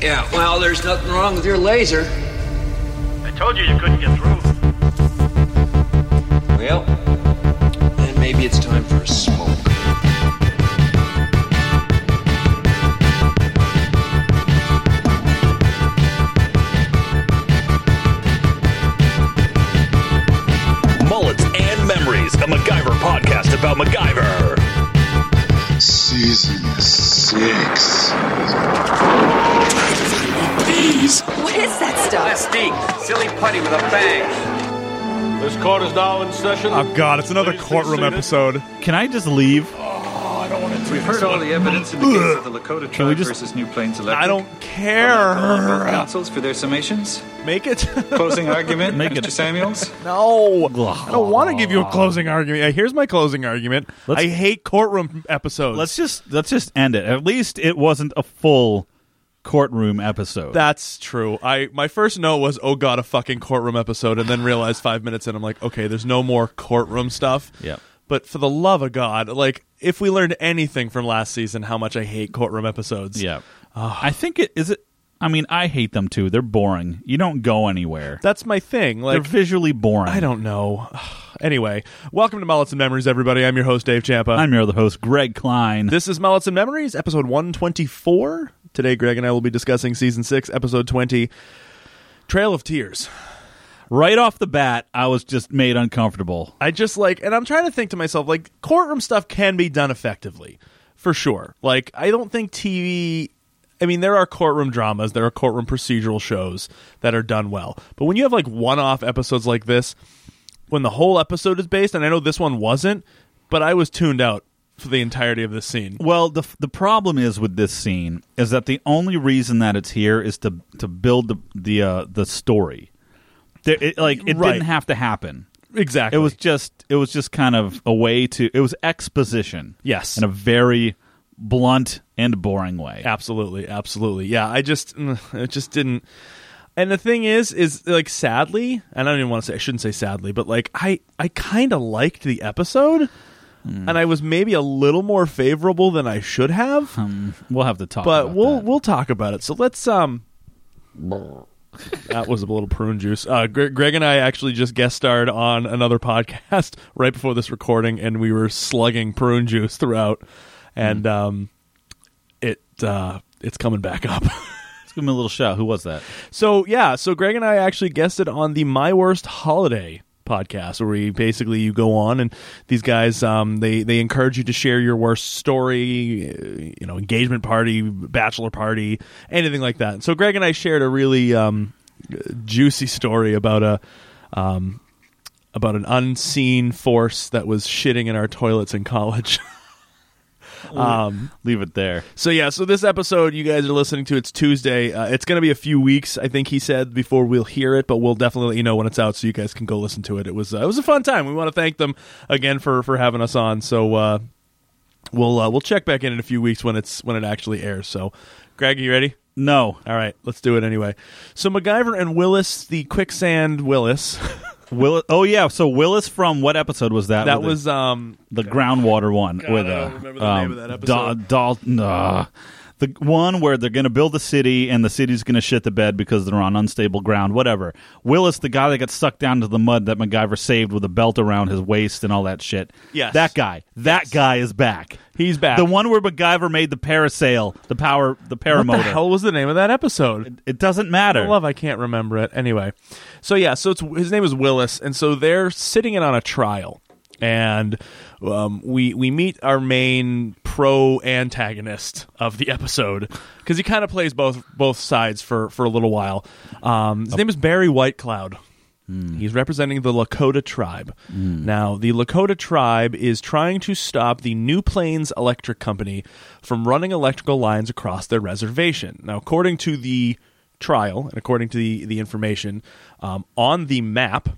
Yeah, well, there's nothing wrong with your laser. I told you you couldn't get through. Well, then maybe it's time for a smoke. Mullets and Memories, a MacGyver podcast about MacGyver. Season six. What is that stuff? SD, silly putty with a bang. This court is now in session. Oh god, it's another Please be courtroom seated. episode. Can I just leave? We've heard all the evidence in the case of the Lakota we tribe just- versus New Plains Electric. I don't care. Councils for their summations. Make it. Closing argument, Make Mr. it- Samuels. no, I don't want to give you a closing argument. Uh, Here's my closing argument. Let's- I hate courtroom episodes. Let's just let's just end it. At least it wasn't a full courtroom episode. That's true. I my first note was oh god a fucking courtroom episode, and then realized five minutes in I'm like okay, there's no more courtroom stuff. Yep. But for the love of God, like if we learned anything from last season, how much I hate courtroom episodes. yeah. Ah. I think it is it I mean, I hate them too. They're boring. You don't go anywhere. That's my thing. Like They're visually boring. I don't know. anyway, welcome to Mullets and Memories, everybody. I'm your host Dave Champa. I'm your other host, Greg Klein. This is Mullets and Memories, episode 124. Today, Greg and I will be discussing season six, episode 20, Trail of Tears. right off the bat, I was just made uncomfortable. I just like, and I'm trying to think to myself, like, courtroom stuff can be done effectively, for sure. Like, I don't think TV. I mean, there are courtroom dramas, there are courtroom procedural shows that are done well. But when you have like one off episodes like this, when the whole episode is based, and I know this one wasn't, but I was tuned out for the entirety of this scene. Well, the the problem is with this scene is that the only reason that it's here is to to build the the uh, the story. There, it, like it Right. didn't have to happen. Exactly. It was just it was just kind of a way to it was exposition. Yes. In a very blunt and boring way. Absolutely, absolutely. Yeah, I just mm, it just didn't and the thing is is like sadly, and I don't even want to say I shouldn't say sadly, but like I I kind of liked the episode and I was maybe a little more favorable than I should have, Um, We'll have to talk but about we'll that. we'll talk about it. So let's um that was a little prune juice. Uh, Gre- Greg and I actually just guest starred on another podcast right before this recording, and we were slugging prune juice throughout, and um, it uh, it's coming back up. Let's give him a little shout. Who was that? So yeah, so Greg and I actually guested on the My Worst Holiday podcast, where we basically you go on and these guys um, they they encourage you to share your worst story, uh, you know, engagement party, bachelor party, anything like that. So Greg and I shared a really um, juicy story about a. Um, about an unseen force that was shitting in our toilets in college. Leave it there. So yeah, so this episode you guys are listening to it's Tuesday. Uh, it's going to be a few weeks, I think he said before we'll hear it, but we'll definitely let you know when it's out so you guys can go listen to it. It was uh, it was a fun time. We want to thank them again for for having us on. So uh, we'll uh, we'll check back in in a few weeks when it's when it actually airs. So Greg, are you ready? No. All right, let's do it anyway. So MacGyver and Willis, the quicksand Willis, Will oh yeah, so Willis from what episode was that? that With was um the, the groundwater one with I don't uh, remember the name um, of that Da- episode. Dalton uh, the one where they're going to build a city and the city's going to shit the bed because they're on unstable ground, whatever. Willis, the guy that got sucked down to the mud that MacGyver saved with a belt around his waist and all that shit. Yes. That guy. That guy is back. he's back. The one where MacGyver made the parasail, the power, the what paramotor. the hell was the name of that episode? It doesn't matter. I love I can't remember it. Anyway, so yeah, so it's his name is Willis, and so they're sitting in on a trial, and um, we we meet our main pro antagonist of the episode because he kind of plays both both sides for for a little while. Um, his name is Barry Whitecloud. Mm. He's representing the Lakota tribe. Now, the Lakota tribe is trying to stop the New Plains Electric Company from running electrical lines across their reservation. Now, according to the trial and according to the, the information um, on the map,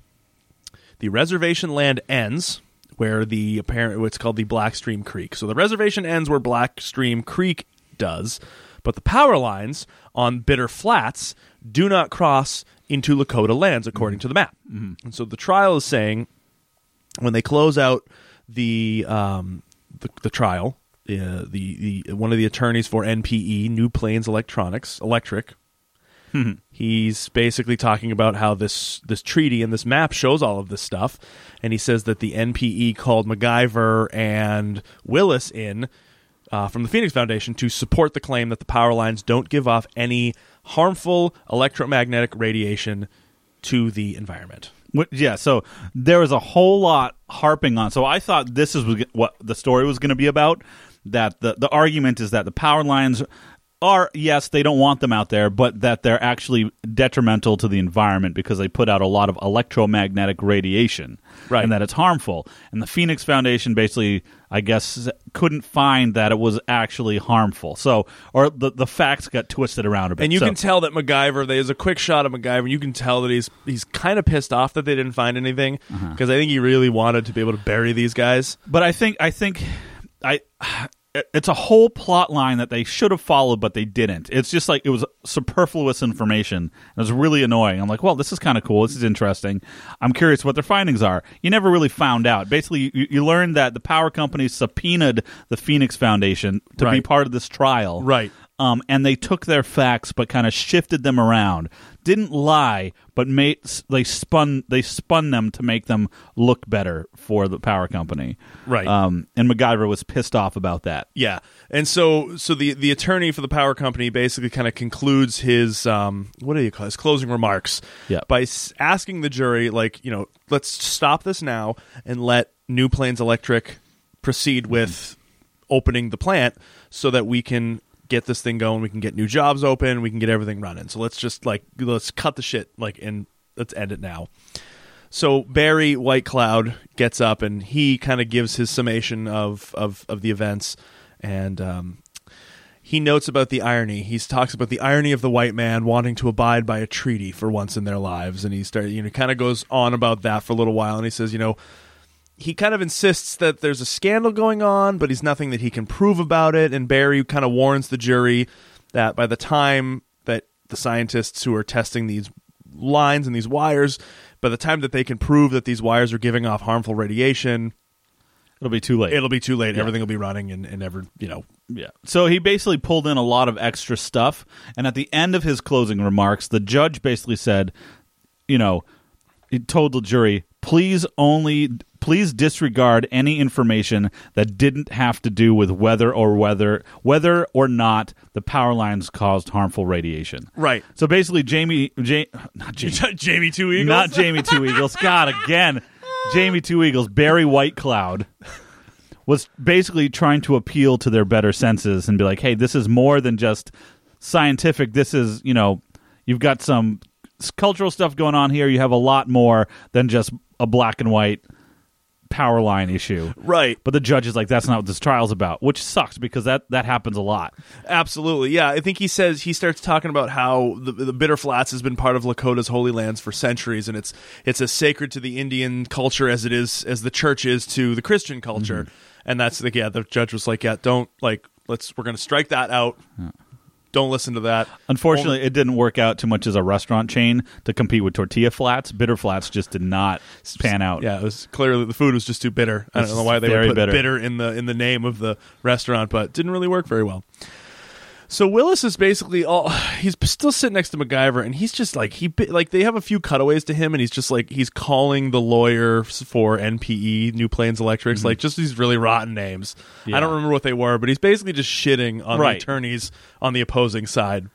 the reservation land ends where the apparent it's called the Black Stream Creek. So the reservation ends where Black Stream Creek does, but the power lines on Bitter Flats do not cross into Lakota lands according to the map. And so the trial is saying when they close out the um, the, the trial uh, the the one of the attorneys for NPE, New Plains Electronics Electric. He's basically talking about how this this treaty and this map shows all of this stuff, and he says that the NPE called MacGyver and Willis in uh, from the Phoenix Foundation to support the claim that the power lines don't give off any harmful electromagnetic radiation to the environment. Wh- Yeah, so there was a whole lot harping on. So I thought this is what the story was going to be about. That the the argument is that the power lines are yes, they don't want them out there, but that they're actually detrimental to the environment because they put out a lot of electromagnetic radiation, Right. And that it's harmful. And the Phoenix Foundation basically, I guess, couldn't find that it was actually harmful. So, or the the facts got twisted around a bit. And you So- can tell that MacGyver. There's a quick shot of MacGyver. and You can tell that he's he's kind of pissed off that they didn't find anything because I think he really wanted to be able to bury these guys. but I think I think I it's a whole plot line that they should have followed, but they didn't. It's just like it was superfluous information. It was really annoying. I'm like, well, this is kind of cool. This is interesting. I'm curious what their findings are. You never really found out. Basically, you, you learned that the power company subpoenaed the Phoenix Foundation to be Right. part of this trial, Right. um, and they took their facts but kind of shifted them around. Didn't lie, but made they spun they spun them to make them look better for the power company. Right. Um, and MacGyver was pissed off about that. Yeah, and so so the the attorney for the power company basically kind of concludes his um what do you call it? his closing remarks Yeah. by s- asking the jury like you know let's stop this now and let New Plains Electric proceed with opening the plant so that we can get this thing going we can get new jobs open we can get everything running so let's just like let's cut the shit like and let's end it now so Barry White Cloud gets up and he kind of gives his summation of of of the events, and um, he notes about the irony. He talks about the irony of the white man wanting to abide by a treaty for once in their lives, and he starts you know kind of goes on about that for a little while, and he says you know. He kind of insists that there's a scandal going on, but he's nothing that he can prove about it. And Barry kind of warns the jury that by the time that the scientists who are testing these lines and these wires by the time that they can prove that these wires are giving off harmful radiation It'll be too late. it'll be too late everything will be running and, and ever you know yeah. So he basically pulled in a lot of extra stuff, and at the end of his closing remarks, the judge basically said, you know, he told the jury, please only please disregard any information that didn't have to do with whether or whether whether or not the power lines caused harmful radiation. Right. So basically Jamie ja- not Jamie jamie two eagles Not Jamie Two Eagles. God, again, Jamie Two Eagles. Barry White Cloud was basically trying to appeal to their better senses and be like, "Hey, this is more than just scientific. This is you know, you've got some s- cultural stuff going on here. You have a lot more than just a black and white power line issue." right But the judge is like, "That's not what this trial's about," which sucks because that that happens a lot. absolutely yeah i think he says he starts talking about how the, the bitter flats has been part of lakota's holy lands for centuries and it's it's as sacred to the indian culture as it is as the church is to the christian culture Mm-hmm. and that's the yeah the judge was like yeah don't like let's we're gonna strike that out don't listen to that Unfortunately, it didn't work out too much as a restaurant chain to compete with Tortilla Flats. Bitter Flats just did not pan out. Yeah, it was clearly the food was just too bitter. I It's don't know why they very would put bitter. bitter. in the in the name of the restaurant, but it didn't really work very well. So Willis is basically all he's still sitting next to MacGyver, and he's just like he bi- like they have a few cutaways to him, and he's just like he's calling the lawyer for NPE New Plains Electrics, like just these really rotten names. I don't remember what they were, but he's basically just shitting on Right. the attorneys on the opposing side.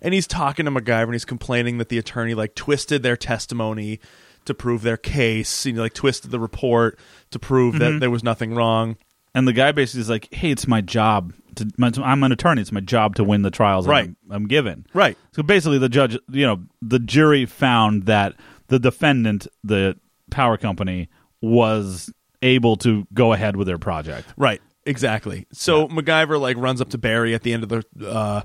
And he's talking to MacGyver and he's complaining that the attorney like twisted their testimony to prove their case. He like twisted the report to prove that there was nothing wrong. And the guy basically is like, "Hey, it's my job. To, my, I'm an attorney. It's my job to win the trials. Right. I'm, I'm given. Right. So basically, the judge, you know, the jury found that the defendant, the power company, was able to go ahead with their project. Right. Exactly. So MacGyver like runs up to Barry at the end of the uh,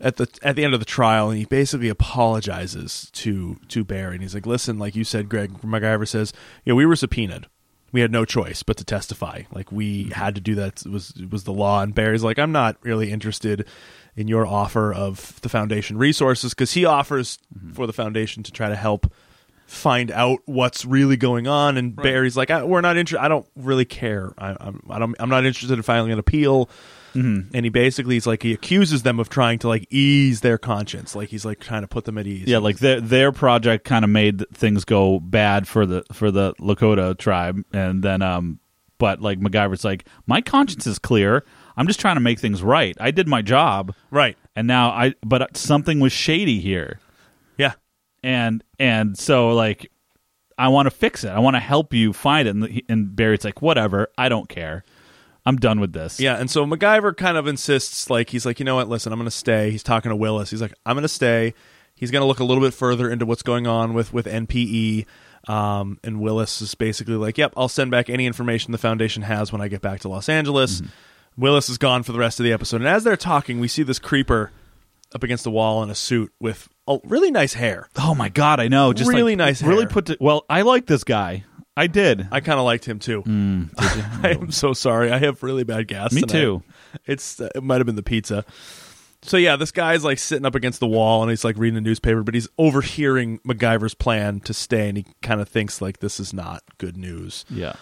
at the at the end of the trial, and he basically apologizes to to Barry, and he's like, "Listen, like you said, Greg." MacGyver says, "Yeah, we were subpoenaed. We had no choice but to testify. Like we had to do that. It was it was the law." And Barry's like, "I'm not really interested in your offer of the foundation resources because he offers for the foundation to try to help." find out what's really going on. And Barry's like, I, "We're not interested. I don't really care. I, I'm I don't, I'm not interested in filing an appeal. and he basically he's like he accuses them of trying to like ease their conscience, like he's like trying to put them at ease. Yeah, like their their project kind of made things go bad for the for the Lakota tribe, and then um, but like MacGyver's like, my conscience is clear. I'm just trying to make things right. I did my job, right. and now I but uh, something was shady here, Yeah, and and so like, I want to fix it. I want to help you find it. And, he- and Barry's like, whatever, I don't care. I'm done with this. Yeah, and so MacGyver kind of insists, like he's like, you know what? Listen, I'm going to stay. He's talking to Willis. He's like, I'm going to stay. He's going to look a little bit further into what's going on with with NPE. Um, and Willis is basically like, yep, I'll send back any information the foundation has when I get back to Los Angeles. Willis is gone for the rest of the episode, and as they're talking, we see this creeper up against the wall in a suit with a really nice hair. Oh my god, I know. Just Really like, nice Really hair. put. To, well, I like this guy. I did. I kind of liked him too. I am so sorry. I have really bad gas. Mm, Me tonight. too. It's uh, it might have been the pizza. So yeah, this guy's like sitting up against the wall and he's like reading a newspaper, but he's overhearing MacGyver's plan to stay, and he kind of thinks like this is not good news. yeah.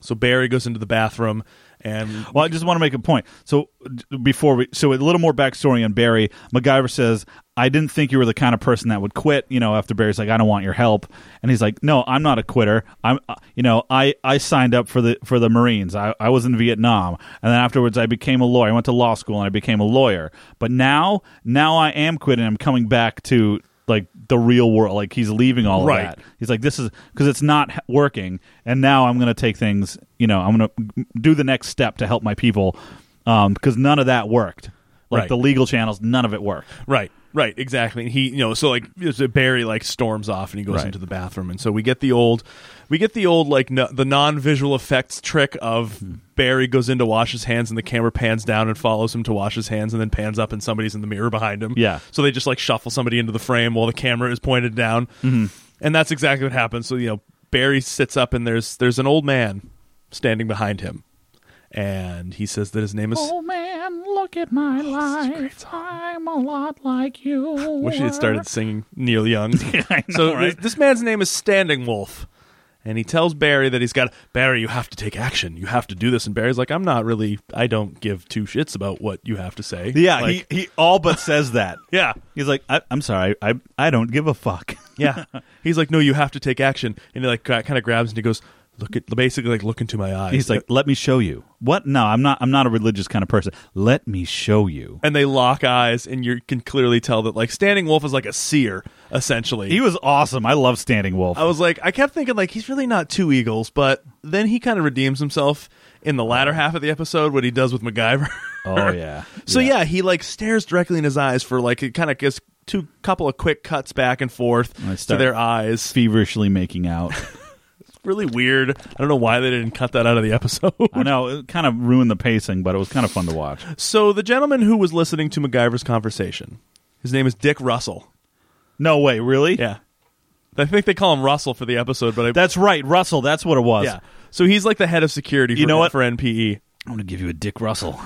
So Barry goes into the bathroom and Well, I just want to make a point. So d- before we, so a little more backstory on Barry. MacGyver says, "I didn't think you were the kind of person that would quit." You know, after Barry's like, "I don't want your help," and he's like, "No, I'm not a quitter. I'm, uh, you know, I I signed up for the for the Marines. I I was in Vietnam, and then afterwards I became a lawyer. I went to law school and I became a lawyer. But now, now I am quitting. I'm coming back to." like the real world like he's leaving all Right. of that He's like, this is because it's not h- working, and now I'm going to take things. You know, I'm going to do the next step to help my people um, because none of that worked. Like Right. the legal channels, none of it worked. Right, right, exactly. And he, you know, so like there's a Barry like storms off and he goes Right. into the bathroom, and so we get the old, we get the old like no, the non-visual effects trick of Hmm. Barry goes in to wash his hands, and the camera pans down and follows him to wash his hands, and then pans up, and somebody's in the mirror behind him. Yeah. So they just like shuffle somebody into the frame while the camera is pointed down, mm-hmm. and that's exactly what happens. So you know, Barry sits up, and there's there's an old man standing behind him, and he says that his name is. man, look at my life. I'm a lot like you. Wish he had started singing Neil Young. I know, so right? this, this man's name is Standing Wolf, and he tells Barry that he's got Barry. You have to take action. You have to do this. And Barry's like, I'm not really. I don't give two shits about what you have to say. Yeah, Like, he, he all but says that. yeah, He's like, I, I'm sorry, I I don't give a fuck. yeah. he's like, no, you have to take action. And he like kind of grabs and he goes, look at basically like look into my eyes. He's like, let me show you. What? No, I'm not. I'm not a religious kind of person. Let me show you. and they lock eyes, and you can clearly tell that like Standing Wolf is like a seer essentially. He was awesome. I love Standing Wolf. I was like, I kept thinking like he's really not two eagles, but then he kind of redeems himself in the latter half of the episode what he does with MacGyver. Oh, yeah. so yeah. he like stares directly in his eyes for like it kind of gets two couple of quick cuts back and forth I to start- their eyes. feverishly making out. Really weird. I don't know why they didn't cut that out of the episode. I know it kind of ruined the pacing, but it was kind of fun to watch. so the gentleman who was listening to MacGyver's conversation, his name is Dick Russell. No way, really? Yeah. I think they call him Russell for the episode, but I That's right, Russell. That's what it was. yeah. So he's like the head of security. You for, know what? for E. NPE. I'm gonna give you a Dick Russell.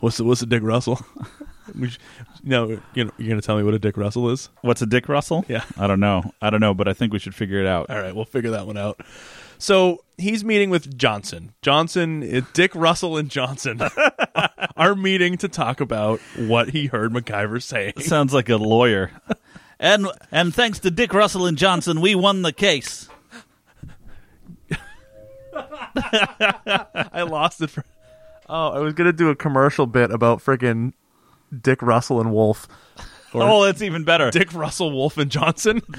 What's the, what's a Dick Russell? We sh- no, you know, you're gonna tell me what a Dick Russell is. What's a Dick Russell? Yeah. I don't know. I don't know, but I think we should figure it out. All right, we'll figure that one out. So he's meeting with Johnson. Johnson, it, Dick Russell, and Johnson are meeting to talk about what he heard MacGyver saying. Sounds like a lawyer. and and thanks to Dick Russell and Johnson, we won the case. I lost it for. Oh, I was gonna do a commercial bit about freaking Dick Russell and Wolf. oh, that's even better. Dick Russell, Wolf, and Johnson.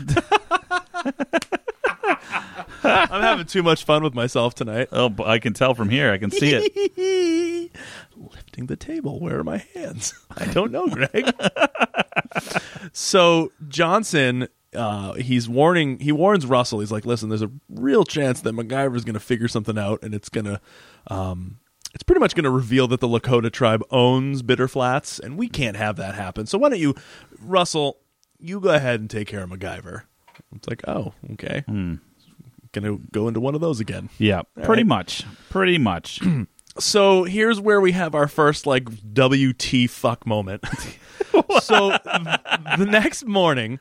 I'm having too much fun with myself tonight. Oh, but I can tell from here. I can see it. Lifting the table. Where are my hands? I don't know, Greg. so Johnson, uh, he's warning. He warns Russell. He's like, "Listen, there's a real chance that MacGyver's going to figure something out, and it's going to." Um, it's pretty much going to reveal that the Lakota tribe owns Bitter Flats, and we can't have that happen. So why don't you, Russell, you go ahead and take care of MacGyver? It's like, oh, okay, going to go into one of those again. Yeah, pretty right. much. Pretty much. so here's where we have our first like WT fuck moment. so th- the next morning,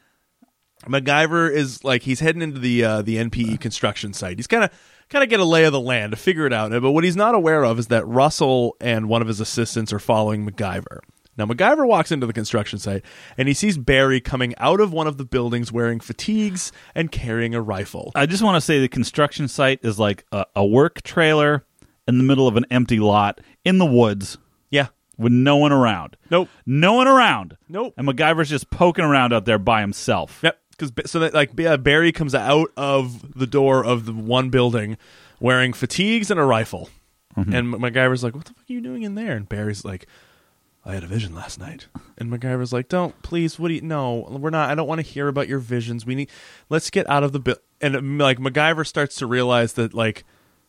MacGyver is like he's heading into the uh, the NPE construction site. He's kind of kind of get a lay of the land to figure it out. But what he's not aware of is that Russell and one of his assistants are following MacGyver. Now MacGyver walks into the construction site and he sees Barry coming out of one of the buildings wearing fatigues and carrying a rifle. I just want to say the construction site is like a, a work trailer in the middle of an empty lot in the woods Yeah. with no one around. Nope. No one around. Nope. And MacGyver's just poking around out there by himself. Yep. Because so that like yeah, Barry comes out of the door of the one building wearing fatigues and a rifle, Mm-hmm. and M- MacGyver's like, "What the fuck are you doing in there?" And Barry's like, "I had a vision last night." And MacGyver's like, "Don't please, what do you? No, we're not. I don't want to hear about your visions. We need. Let's get out of the bu-" And um, like MacGyver starts to realize that like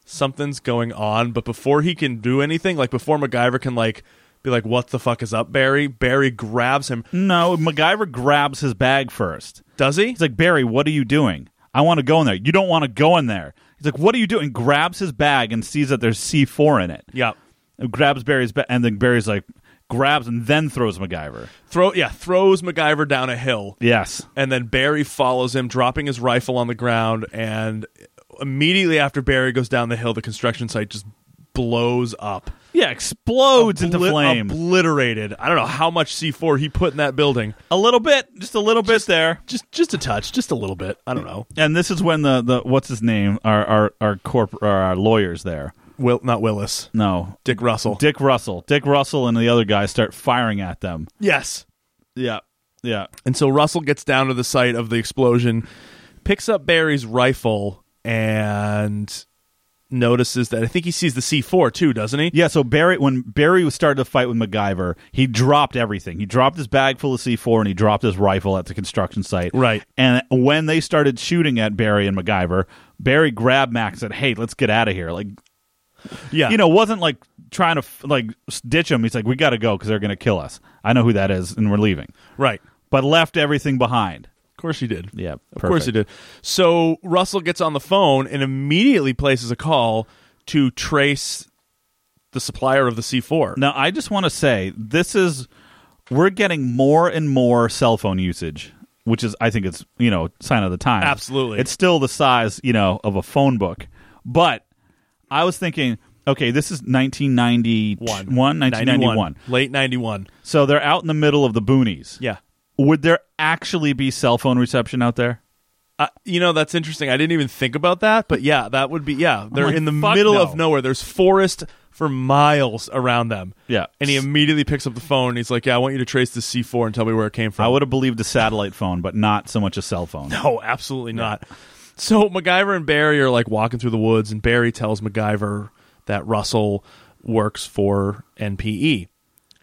something's going on, but before he can do anything, like before MacGyver can like be like, "What the fuck is up, Barry?" Barry grabs him. No, MacGyver grabs his bag first. Does he? He's like, Barry, what are you doing? I want to go in there. You don't want to go in there. He's like, what are you doing? Grabs his bag and sees that there's C4 in it. yeah. And Grabs Barry's bag, and then Barry's like, grabs and then throws MacGyver. throw yeah throws MacGyver down a hill, Yes. and then Barry follows him, dropping his rifle on the ground. And immediately after Barry goes down the hill, the construction site just blows up, Yeah, explodes into Obli- flame. obliterated. I don't know how much C four he put in that building, a little bit, just a little bit there. just just a touch, just a little bit. I don't know. And this is when the, the what's his name? Our our our corp our, our lawyers there. Will not Willis, No, Dick Russell. Dick Russell. Dick Russell and the other guy start firing at them. yes, Yeah. Yeah. And so Russell gets down to the site of the explosion, picks up Barry's rifle, and notices that I think he sees the C four too, doesn't he? Yeah, so Barry when Barry started to fight with MacGyver, he dropped everything. He dropped his bag full of C4 and he dropped his rifle at the construction site. Right. And when they started shooting at Barry and MacGyver, Barry grabbed Mac and said, "Hey, let's get out of here." Like, Yeah, you know, wasn't like trying to f- like s- ditch him. He's like, "We got to go cuz they're going to kill us. I know who that is and we're leaving." right. But left everything behind. Of course he did. Yeah, Of course he did. So Russell gets on the phone and immediately places a call to trace the supplier of the C4. Now, I just want to say this is we're getting more and more cell phone usage, which is I think it's you know sign of the time. Absolutely. it's still the size you know of a phone book, but I was thinking, okay, this is 1991, 1991. Late 91. So they're out in the middle of the boonies. Yeah. Would there actually be cell phone reception out there? Uh, you know, that's interesting. I didn't even think about that, but yeah, that would be, yeah. They're like, in the fuck middle no. of nowhere. There's forest for miles around them. Yeah. And he immediately picks up the phone and he's like, yeah, I want you to trace the C4 and tell me where it came from. I would have believed a satellite phone, but not so much a cell phone. No, Oh, absolutely not. So MacGyver and Barry are like walking through the woods, and Barry tells MacGyver that Russell works for NPE.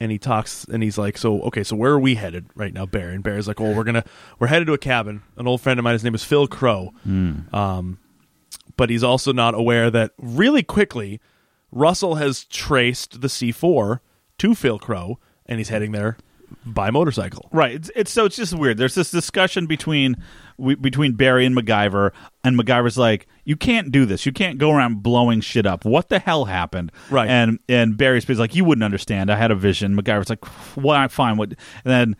And he talks and he's like, So, okay, so where are we headed right now, Barry? And Barry's like, Well, we're gonna we're headed to a cabin. An old friend of mine, his name is Phil Crow. Um but he's also not aware that really quickly Russell has traced the C four to Phil Crow and he's heading there by motorcycle. Right. It's, it's so it's just weird. There's this discussion between we, between Barry and MacGyver, and MacGyver's like, "You can't do this. You can't go around blowing shit up. What the hell happened?" Right. And and Barry's basically like, "You wouldn't understand. I had a vision." MacGyver's like, "Well, fine. What?" And then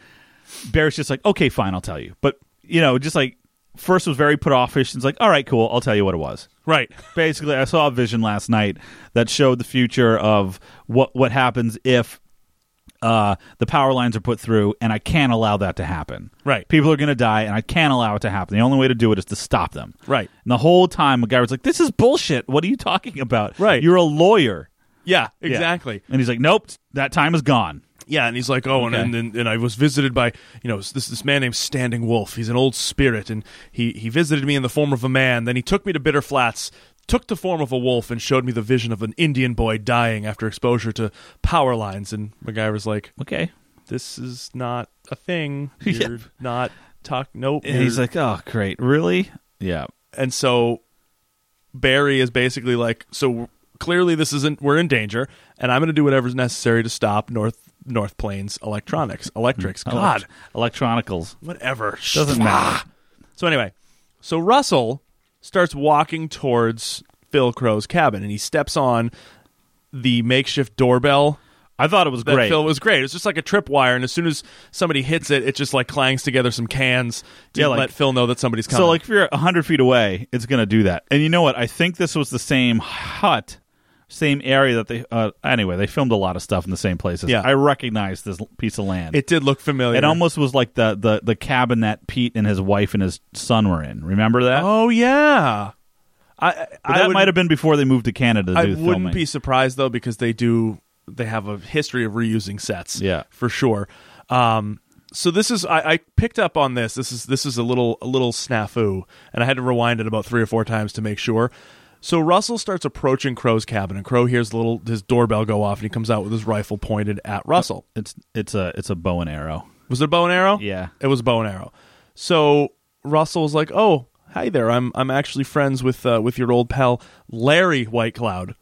Barry's just like, "Okay, fine. I'll tell you." But you know, just like first was very put offish. and It's like, "All right, cool. I'll tell you what it was." Right. basically i saw a vision last night that showed the future of what what happens if uh, the power lines are put through and i can't allow that to happen Right. people are going to die and i can't allow it to happen the only way to do it is to stop them Right. and the whole time a guy was like this is bullshit what are you talking about Right. you're a lawyer Yeah, Yeah. exactly. and he's like nope that time is gone Yeah, and he's like, oh, and Okay. and, and and I was visited by you know this this man named Standing Wolf. He's an old spirit, and he he visited me in the form of a man. Then he took me to Bitter Flats, took the form of a wolf, and showed me the vision of an Indian boy dying after exposure to power lines. And MacGyver's like, okay this is not a thing. Yep. You're not talk. Nope. and he's you're- like oh great really yeah and so Barry is basically like, so clearly this isn't we're in danger, and I'm going to do whatever's necessary to stop North North Plains Electronics, Electrics. God, Mm-hmm. Elect- electronicals whatever doesn't matter So anyway, so Russell starts walking towards Phil Crow's cabin, and he steps on the makeshift doorbell I thought it was that great. film. It was great. It's just like a tripwire, and as soon as somebody hits it, it just like clangs together some cans to Yeah, like- let Phil know that somebody's coming. So like if you're 100 feet away, it's going to do that. And you know what? I think this was the same hut, same area that they uh, anyway, they filmed a lot of stuff in the same places. Yeah. I recognize this l- piece of land. it did look familiar. it almost was like the, the the cabin that Pete and his wife and his son were in. Remember that? Oh yeah. I I- But I that would- might have been before they moved to Canada to I do wouldn't filming. be surprised though because they do they have a history of reusing sets. Yeah. for sure. Um, so this is I, I picked up on this. This is this is a little a little snafu, and I had to rewind it about three or four times to make sure. So Russell starts approaching Crow's cabin, and Crow hears little his doorbell go off, and he comes out with his rifle pointed at Russell. It's it's a it's a bow and arrow. Was it a bow and arrow? Yeah. it was a bow and arrow. So Russell's like, "Oh, hi there. I'm I'm actually friends with uh, with your old pal Larry White Cloud."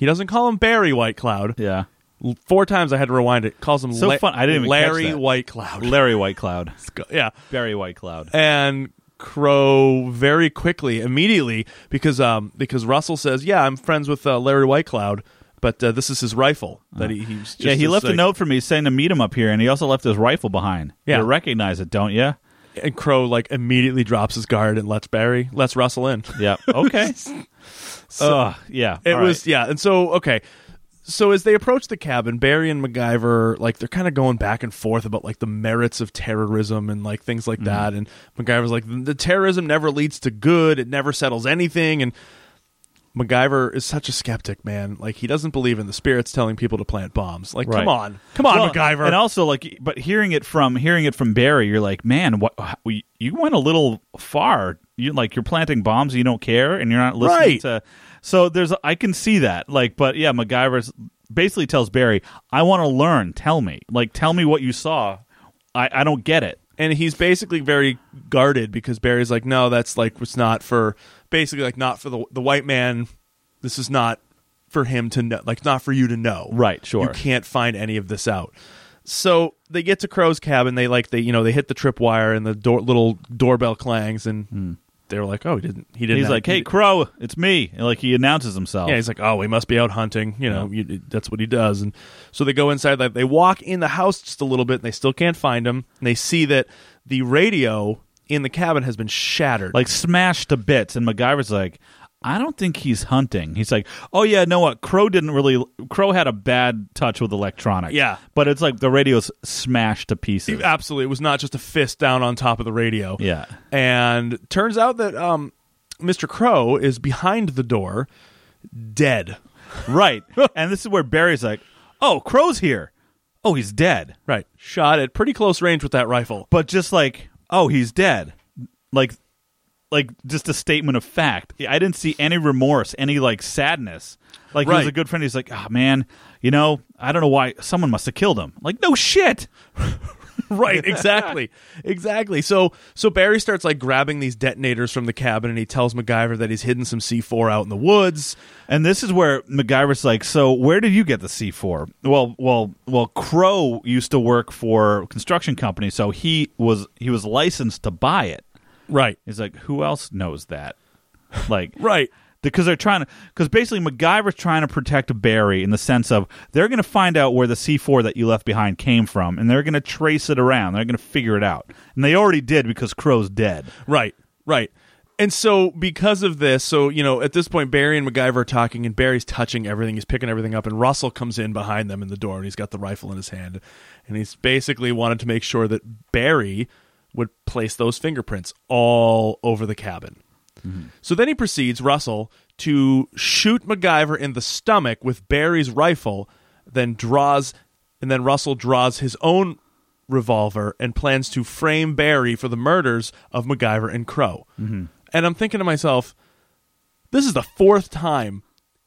He doesn't call him Barry White Cloud. Yeah. L- Four times I had to rewind it. Calls him So La- fun. I didn't even catch Larry that. White Cloud. Larry White Cloud. yeah, Barry White Cloud. and Crow very quickly, immediately, because um because Russell says, "Yeah, I'm friends with uh, Larry White Cloud, but uh, this is his rifle that he he's just Uh-huh. yeah, he this, left a like- note for me saying to meet him up here, and he also left his rifle behind. Yeah. You recognize it, don't you? And Crow like immediately drops his guard and lets Barry lets Russell in. Yeah. Okay. Ugh, yeah. It all was right. yeah, and so okay. So as they approach the cabin, Barry and MacGyver like they're kind of going back and forth about like the merits of terrorism and like things Mm-hmm. like that. And MacGyver's like the terrorism never leads to good; it never settles anything. And MacGyver is such a skeptic, man. Like he doesn't believe in the spirits telling people to plant bombs. Like Right. come on, come on, Well, MacGyver. And also like but hearing it from hearing it from Barry, you're like, "Man, what we- you went a little far. You like you're planting bombs, you don't care and you're not listening Right. to So there's I can see that. Like but yeah, MacGyver's basically tells Barry, "I want to learn. Tell me. Like tell me what you saw. I I don't get it." and he's basically very guarded because Barry's like, no, that's like it's not for basically like not for the the white man. This is not for him to know, like not for you to know. Right, sure. You can't find any of this out. So they get to Crow's cabin. They like they you know they hit the tripwire and the door, little doorbell clangs and they're like, oh, he didn't. He didn't. Hmm. He's have- like, "Hey, Crow, it's me." And like he announces himself. yeah, he's like, oh, we must be out hunting. You know, you, that's what he does. And so they go inside. Like they walk in the house just a little bit, and they still can't find him. And they see that the radio in the cabin has been shattered. like smashed to bits. And MacGyver's like, I don't think he's hunting. He's like, oh yeah, no, what? Crow didn't really. Crow had a bad touch with electronics. Yeah. but it's like the radio's smashed to pieces. absolutely, it was not just a fist down on top of the radio. Yeah. and turns out that um, Mr. Crow is behind the door, dead. right, and this is where Barry's like, oh, Crow's here. Oh, he's dead. Right, shot at pretty close range with that rifle. But just like, oh, he's dead. Like, like just a statement of fact. I didn't see any remorse, any like sadness. Like he was Right. a good friend. He's like, oh man, you know, I don't know why someone must have killed him. Like, no shit. right exactly exactly so so barry starts like grabbing these detonators from the cabin and he tells macgyver that he's hidden some c4 out in the woods And this is where MacGyver's like, so where did you get the C four? Well, well, well. Crow used to work for a construction company, so he was he was licensed to buy it. right He's like, who else knows that? Like, right Because they're trying to, because basically MacGyver's trying to protect Barry in the sense of they're going to find out where the C four that you left behind came from, and they're going to trace it around. They're going to figure it out, and they already did because Crow's dead. right right and so because of this so you know at this point barry and macgyver are talking and barry's touching everything he's picking everything up and russell comes in behind them in the door and he's got the rifle in his hand and he's basically wanted to make sure that barry would place those fingerprints all over the cabin So then he proceeds, Russell, to shoot MacGyver in the stomach with Barry's rifle, then draws, and then Russell draws his own revolver and plans to frame Barry for the murders of MacGyver and Crow. Mm-hmm. And I'm thinking to myself, this is the fourth time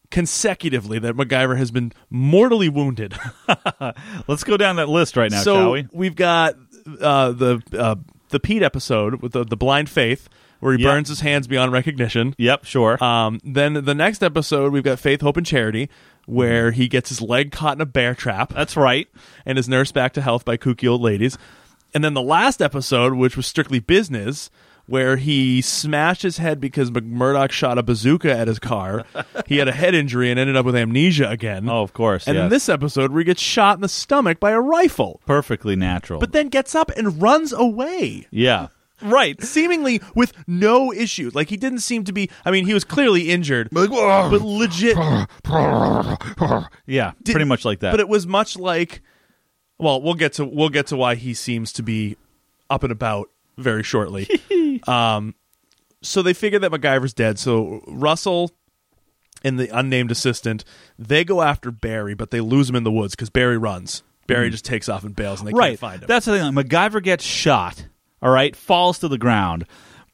consecutively that MacGyver has been mortally wounded. Let's go down that list right now, so shall we? have got uh, the uh, the Pete episode with the, the blind faith where he Yeah. burns his hands beyond recognition. Yep, sure. Um, then the next episode, we've got Faith, Hope, and Charity, where he gets his leg caught in a bear trap That's right. and is nursed back to health by kooky old ladies. And then the last episode, which was strictly business, where he smashed his head because McMurdoch shot a bazooka at his car. he had a head injury and ended up with amnesia again. Oh, of course. and yes. in this episode where he gets shot in the stomach by a rifle, perfectly natural. but then gets up and runs away. yeah. Right, seemingly with no issues. Like he didn't seem to be. I mean, he was clearly injured, but legit Yeah, did- pretty much like that. But it was much like well, we'll get to we'll get to why he seems to be up and about very shortly. um so they figure that MacGyver's dead. So Russell and the unnamed assistant, they go after Barry, but they lose him in the woods because Barry runs. Barry just takes off and bails, and they Mm. right. can't find him. That's the thing. Like, MacGyver gets shot. All right, falls to the ground.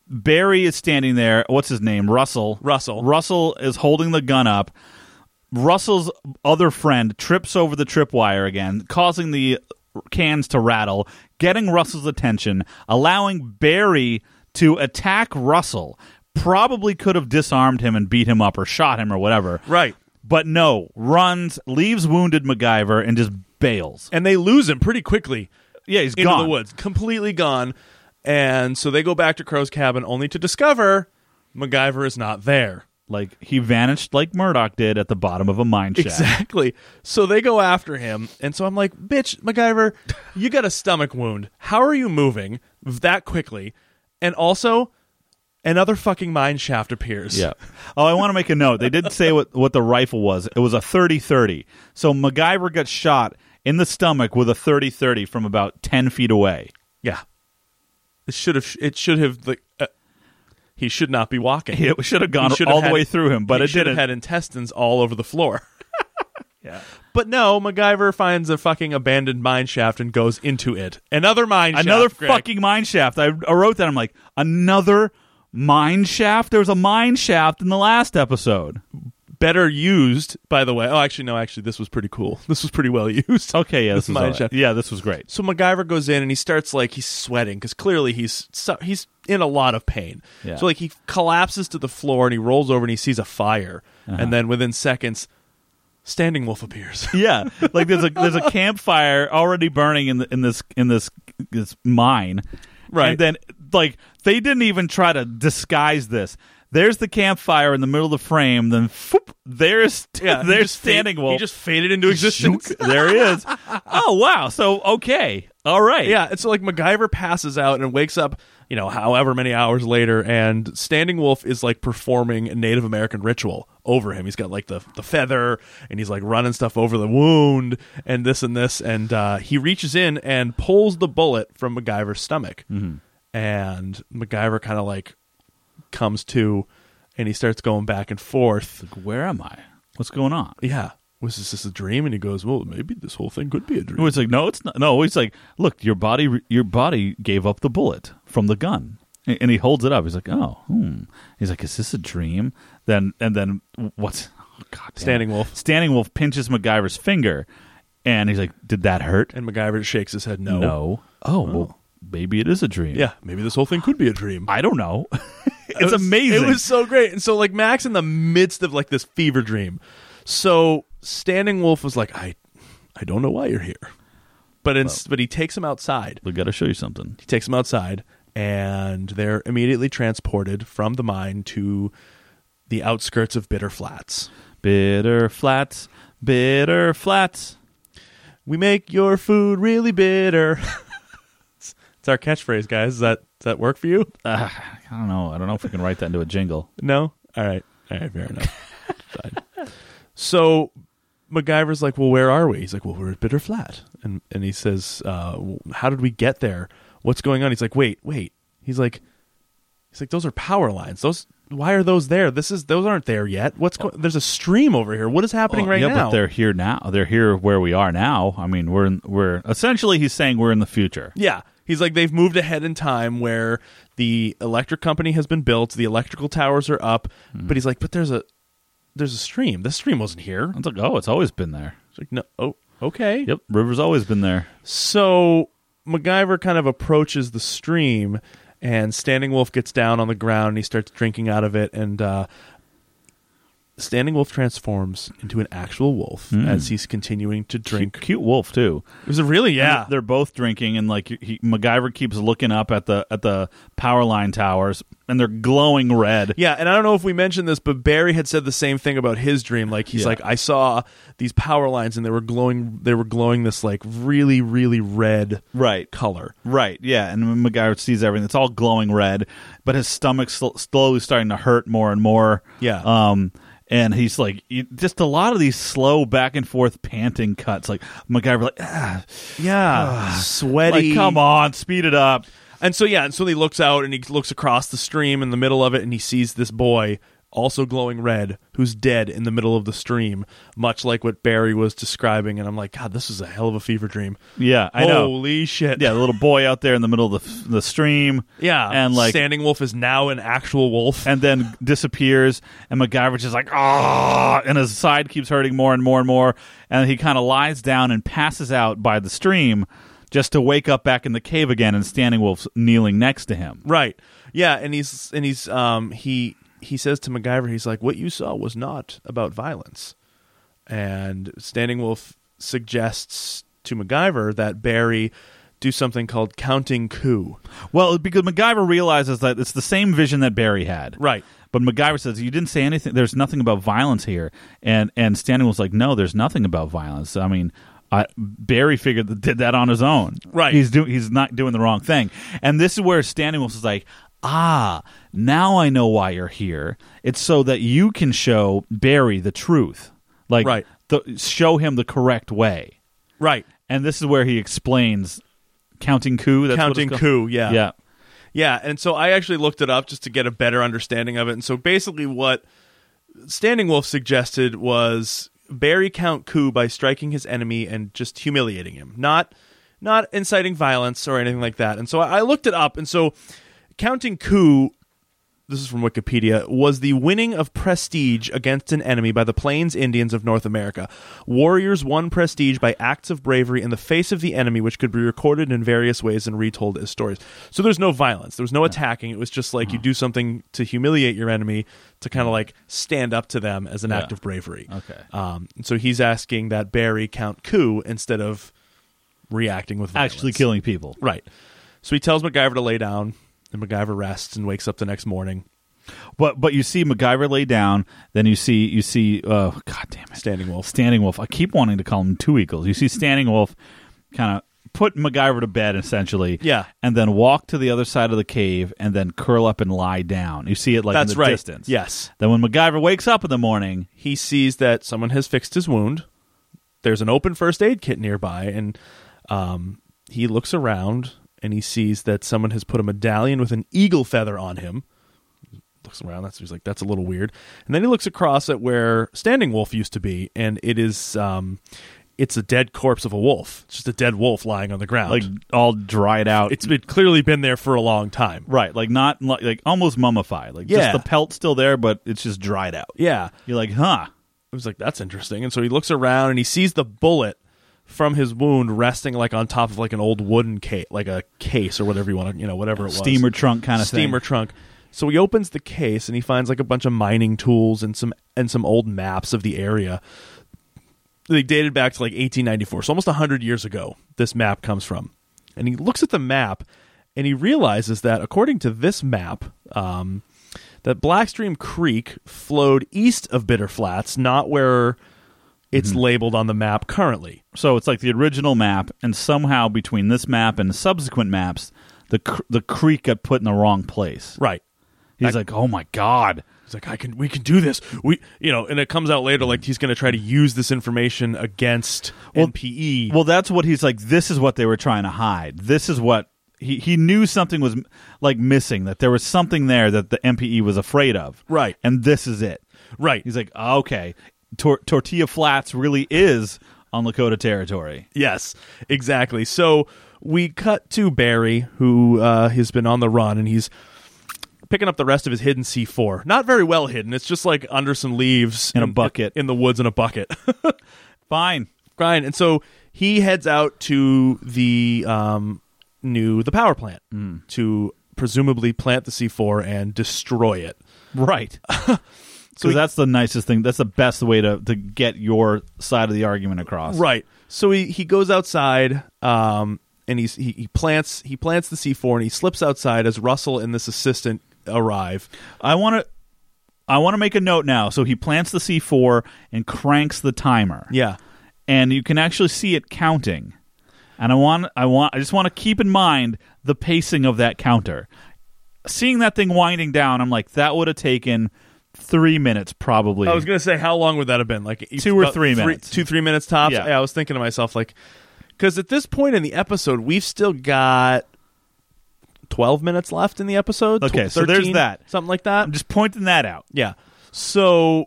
Barry is standing there. What's his name? Russell. Russell. Russell is holding the gun up. Russell's other friend trips over the tripwire again, causing the cans to rattle, getting Russell's attention, allowing Barry to attack Russell. Probably could have disarmed him and beat him up or shot him or whatever. right, But no, runs, leaves wounded MacGyver, and just bails. and they lose him pretty quickly. Yeah, he's into gone. the woods, completely gone. And so they go back to Crow's cabin, only to discover MacGyver is not there. Like he vanished like Murdoch did at the bottom of a mine shaft. Exactly. So they go after him, and so I'm like, "Bitch, MacGyver, you got a stomach wound. How are you moving that quickly?" And also, another fucking mine shaft appears. Yeah. Oh, I want to make a note. They didn't say what, what the rifle was. It was a 30-30. So MacGyver got shot in the stomach with a 30-30 from about 10 feet away. yeah. It should have. It should have. The uh, he should not be walking. It should have gone He should all have the had- way through him, but he it should didn't. have had intestines all over the floor. But no, MacGyver finds a fucking abandoned mine shaft and goes into it. Another mine shaft. another Greg. fucking mine shaft. I, I wrote that. I'm like, another mine shaft? There was a mine shaft in the last episode. better used, by the way. Oh, actually, no, actually, this was pretty cool. This was pretty well used. Okay, yeah, this, was mine all right. shaft. Yeah, this was great. So MacGyver goes in and he starts like he's sweating because clearly he's su- he's in a lot of pain. Yeah. So like he collapses to the floor and he rolls over and he sees a fire, Uh-huh. and then within seconds, Standing Wolf appears. Yeah, like there's a there's a campfire already burning in the, in this in this this mine, Right. And then like they didn't even try to disguise this. There's the campfire in the middle of the frame. Then whoop, there's Yeah, he there's just fade- standing wolf. He just faded into existence. Shook. there he is. Oh wow. So okay, all right. Yeah, and so like MacGyver passes out and wakes up, you know, however many hours later, and Standing Wolf is like performing a Native American ritual over him. He's got like the the feather, and he's like running stuff over the wound, and this and this, and uh, he reaches in and pulls the bullet from MacGyver's stomach, Mm-hmm. and MacGyver kind of like comes to, and he starts going back and forth. Where am I? What's going on? Yeah, was this just a dream? And he goes, well, maybe this whole thing could be a dream. It's like no, it's not. No, it's like look, your body, re- your body gave up the bullet from the gun, A- and he holds it up. He's like, oh, hmm. he's like, is this a dream? Then and then what's oh, God damn it. Standing Wolf. Standing Wolf pinches MacGyver's finger, and he's like, did that hurt? And MacGyver shakes his head no. No. Oh, well, maybe it is a dream. Yeah, maybe this whole thing could be a dream. I don't know. it's It was- amazing. It was so great. And so like Max in the midst of like this fever dream. So Standing Wolf was like, I I don't know why you're here. But in, but he takes him outside. We got to show you something. He takes him outside and they're immediately transported from the mine to the outskirts of Bitter Flats. Bitter flats, bitter flats. We make your food really bitter. It's- it's our catchphrase, guys. Does that does that work for you? Uh, I don't know. I don't know if we can write that into a jingle. No. All right. All right. Fair enough. Fine. So MacGyver's like, "Well, where are we?" He's like, "Well, we're at Bitter Flat," and and he says, uh, w- "How did we get there? What's going on?" He's like, "Wait, wait." He's like, "He's like, those are power lines. Those." Why are those there? This is those aren't there yet. What's going? There's a stream over here. What is happening right Oh, yeah, now? but they're here now. They're here where we are now. I mean, we're in, we're essentially he's saying we're in the future. Yeah. He's like, they've moved ahead in time where the electric company has been built, the electrical towers are up, but he's like, but there's a there's a stream. This stream wasn't here. It's like, oh, it's always been there. It's like, no, oh, okay. Yep, river's always been there. So MacGyver kind of approaches the stream, and Standing Wolf gets down on the ground and he starts drinking out of it, and uh, Standing Wolf transforms into an actual wolf as he's continuing to Cute, drink. cute wolf too. Mm. It was a really yeah. they're both drinking, and like he, MacGyver keeps looking up at the at the power line towers, and they're glowing red. Yeah, and I don't know if we mentioned this, but Barry had said the same thing about his dream. Like he's Yeah. like, I saw these power lines and they were glowing they were glowing this like really, really red Right. color. Right, yeah, and MacGyver sees everything. It's all glowing red, but his stomach's sl- slowly starting to hurt more and more. Yeah. um, and he's like, you- just a lot of these slow back and forth panting cuts. Like MacGyver, like, ah, Yeah. sweaty. like come on, speed it up. And so yeah, and so he looks out and he looks across the stream in the middle of it and he sees this boy also glowing red who's dead in the middle of the stream, much like what Barry was describing and I'm like, god, this is a hell of a fever dream. Yeah, I know. Holy shit. Yeah, the little boy out there in the middle of the the stream. Yeah. and like, Standing Wolf is now an actual wolf. and then disappears, and MacGyver's just like, ah, and his side keeps hurting more and more and more, and he kind of lies down and passes out by the stream, just to wake up back in the cave again, and Standing Wolf's kneeling next to him. Right. Yeah, and he's and he's um he he says to MacGyver, he's like, "What you saw was not about violence." And Standing Wolf suggests to MacGyver that Barry do something called counting coup. Well, because MacGyver realizes that it's the same vision that Barry had, Right. But MacGyver says, "You didn't say anything. There's nothing about violence here." And and Standing Wolf's like, "No, there's nothing about violence. I mean." I, Barry figured that did that on his own. Right. He's doing. He's not doing the wrong thing. And this is where Standing Wolf is like, ah, now I know why you're here. It's so that you can show Barry the truth. Like, Right. the, show him the correct way. Right. And this is where he explains counting coup. That's counting what it's called. coup, yeah. Yeah. Yeah, and so I actually looked it up just to get a better understanding of it. And so basically what Standing Wolf suggested was Barry count coup by striking his enemy and just humiliating him. Not not inciting violence or anything like that. And so I I looked it up and so counting coup this is from Wikipedia, was the winning of prestige against an enemy by the Plains Indians of North America. Warriors won prestige by acts of bravery in the face of the enemy, which could be recorded in various ways and retold as stories. So there's no violence, there was no attacking. It was just like you Uh-huh. do something to humiliate your enemy to kind of like stand up to them as an act of bravery. Okay. Um, and so he's asking that Barry count coup instead of reacting with violence. Actually killing people. Right. So he tells MacGyver to lay down, and MacGyver rests and wakes up the next morning. But but you see MacGyver lay down. Then you see you see. Uh, God damn it, Standing Wolf. Standing Wolf. I keep wanting to call him Two Eagles. You see Standing Wolf, kind of put MacGyver to bed essentially. Yeah. and then walk to the other side of the cave and then curl up and lie down. You see it like That's in the right. distance. Yes. Then when MacGyver wakes up in the morning, he sees that someone has fixed his wound. There's an open first aid kit nearby, and um, he looks around and he sees that someone has put a medallion with an eagle feather on him. Looks around, that's he's like, that's a little weird. And then he looks across at where Standing Wolf used to be, and it is um, it's a dead corpse of a wolf. It's just a dead wolf lying on the ground. like all dried out. it's been clearly been there for a long time. right, like not like, like almost mummified. Like Yeah. just the pelt's still there, but it's just dried out. Yeah. You're like, huh? I was like, that's interesting. And so he looks around and he sees the bullet from his wound resting like on top of like an old wooden case, like a case or whatever you want to, you know, whatever it was. Steamer trunk kind of steamer trunk. So he opens the case and he finds like a bunch of mining tools and some and some old maps of the area. They dated back to like 1894, so almost 100 years ago. This map comes from, and he looks at the map and he realizes that according to this map, um, that Blackstream Creek flowed east of Bitter Flats, not where it's labeled on the map currently. So it's like the original map, and somehow between this map and the subsequent maps, the cr- the creek got put in the wrong place. Right. He's like, oh my god. He's like, I can, we can do this. We, you know, and it comes out later like he's going to try to use this information against E. NPE. Well, that's what he's like. This is what they were trying to hide. This is what he he knew something was like missing. That there was something there that the MPE was afraid of. Right. And this is it. right. He's like, "Oh, okay, Tor- Tortilla Flats really is on Lakota territory. yes, exactly. So we cut to Barry, who uh, has been on the run, and he's picking up the rest of his hidden C4. Not very well hidden. It's just like under some leaves In a bucket. in the woods in a bucket. Fine. Fine. And so he heads out to the um, new the power plant Mm. to presumably plant the C4 and destroy it. Right. So he- that's the nicest thing. That's the best way to, to get your side of the argument across. Right. So he, he goes outside um, and he's, he, he plants he plants the C4 and he slips outside as Russell and this assistant arrive. I want to. I want to make a note now. So he plants the C4 and cranks the timer. Yeah. and you can actually see it counting. And I want, I want, I just want to keep in mind the pacing of that counter. Seeing that thing winding down, I'm like, that would have taken three minutes probably. I was going to say, how long would that have been? Like Two or about three minutes. Two, three minutes tops. Yeah. Yeah. I was thinking to myself, like, because at this point in the episode, we've still got 12 minutes left in the episode. Okay, so there's 13, that. Something like that. I'm just pointing that out. Yeah. So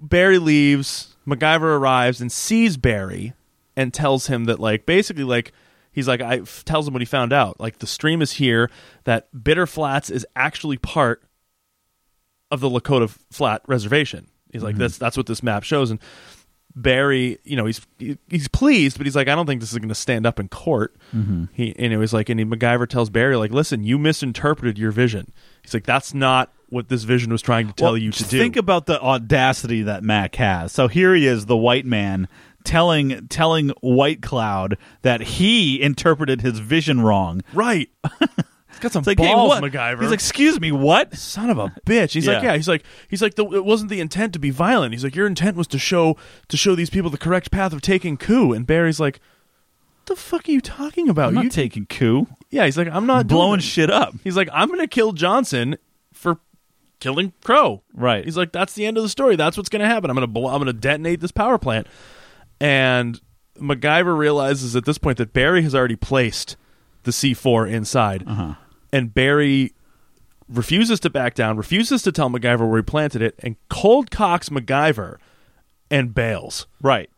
Barry leaves. MacGyver arrives and sees Barry and tells him that, like, basically, like, he's like, I f- tells him what he found out. Like, the stream is here. That Bitter Flats is actually part of the Lakota Flat Reservation. He's Mm-hmm. like, that's that's what this map shows. And Barry, you know, he's he- he's pleased, but he's like, I don't think this is going to stand up in court. Mm-hmm. He and it was like, and he, MacGyver tells Barry, like, listen, you misinterpreted your vision. He's like, that's not what this vision was trying to tell Well, you to just do. Think about the audacity that Mac has. So here he is, the white man, telling telling White Cloud that he interpreted his vision wrong. right. he's got some It's like, hey, balls, what? MacGyver. He's like, excuse me, what? son of a bitch. He's like, Yeah. yeah. He's like, he's like, the, it wasn't the intent to be violent. He's like, your intent was to show to show these people the correct path of taking coup. And Barry's like, the fuck are you talking about? I'm not you taking coup, Yeah, he's like, I'm not doing blowing it." shit up. He's like, I'm gonna kill Johnson for killing Crow. Right. He's like, that's the end of the story. That's what's gonna happen. I'm gonna blow, I'm gonna detonate this power plant. And MacGyver realizes at this point that Barry has already placed the C4 inside, Uh-huh. and Barry refuses to back down, refuses to tell MacGyver where he planted it, and cold cocks MacGyver and bails. Right.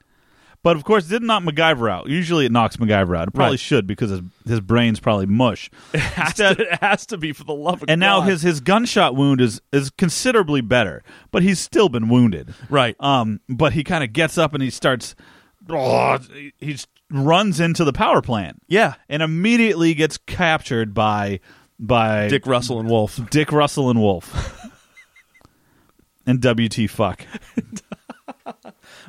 But of course, it did not knock MacGyver out. Usually, it knocks MacGyver out. It probably Right. should because his, his brain's probably mush. Has Instead- to, it has to be for the love of and now God. his his gunshot wound is is considerably better, but he's still been wounded. Right. Um. But he kind of gets up and he starts. he he's runs into the power plant. yeah, And immediately gets captured by by Dick Russell and Wolf. Dick Russell and Wolf. and WT fuck.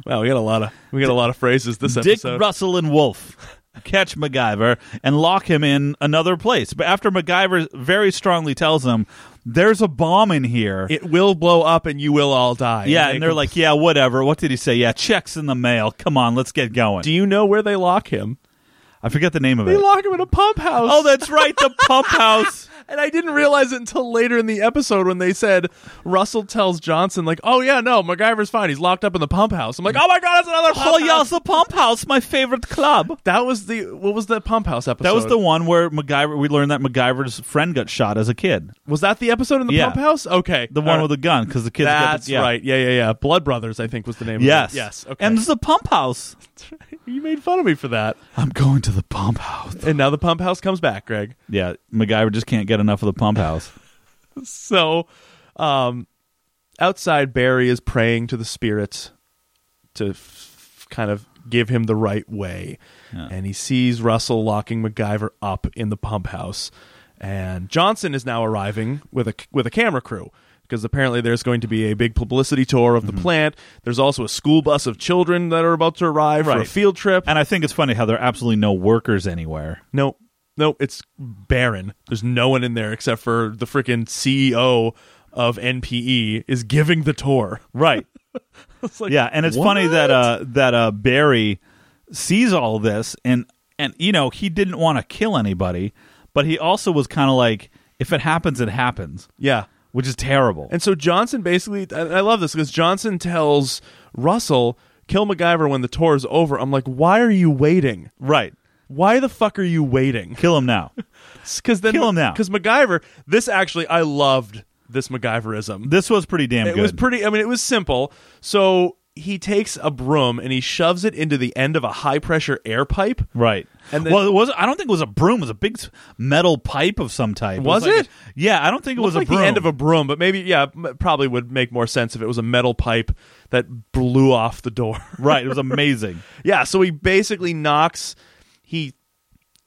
Wow, we got a lot of we got a lot of phrases this Dick episode. Russell and Wolf catch MacGyver and lock him in another place. But after MacGyver very strongly tells him, "There's a bomb in here." it will blow up and you will all die. yeah, they and they're go, like, "Yeah, whatever." What did he say? Yeah, checks in the mail. Come on, let's get going. "Do you know where they lock him? I forget the name of They it. lock him in a pump house." Oh, that's right, the pump house. and I didn't realize it until later in the episode when they said Russell tells Johnson like, "Oh yeah, no, MacGyver's fine. He's locked up in the pump house." I'm like, "Oh my god, that's another pump Oh, yeah, house." it's the pump house, my favorite club. That was the what was the pump house episode? That was the one where MacGyver. We learned that MacGyver's friend got shot as a kid. was that the episode in the Yeah. pump house? Okay, The All one right. with the gun, because the kids. got That's the, yeah. right. Yeah, yeah, yeah. Blood Brothers, I think was the name. Yes. Of it. Yes. Okay. And it's the pump house. you made fun of me for that. I'm going to the pump house. And now the pump house comes back, Greg. Yeah, MacGyver just can't get enough of the pump house. So, um, outside, Barry is praying to the spirits to f- kind of give him the right way, and he sees Russell locking MacGyver up in the pump house, and Johnson is now arriving with a with a camera crew. Because apparently there's going to be a big publicity tour of the plant. There's also a school bus of children that are about to arrive for a Right. field trip. And I think it's funny how there are absolutely no workers anywhere. No, no, it's barren. There's no one in there except for the freaking CEO of NPE is giving the tour. Right. It's like, yeah, and it's funny that uh that uh Barry sees all this and and you know, he didn't want to kill anybody, but he also was kind of like if it happens it happens, yeah. which is terrible. And so Johnson basically, and I love this because Johnson tells Russell, "Kill MacGyver when the tour is over." I'm like, why are you waiting? right. Why the fuck are you waiting? Kill him now. Because then, Kill him now. Because MacGyver, this actually, I loved this MacGyverism. this was pretty damn It good. was pretty. I mean, it was simple. So he takes a broom and he shoves it into the end of a high pressure air pipe. Right. And then- well, it was. I don't think it was a broom. It was a big s- metal pipe of some type. Was like it? a- yeah, I don't think it was Looked a like broom. the end of a broom, but maybe yeah, m- probably would make more sense if it was a metal pipe that blew off the door. right. It was amazing. yeah, so he basically knocks he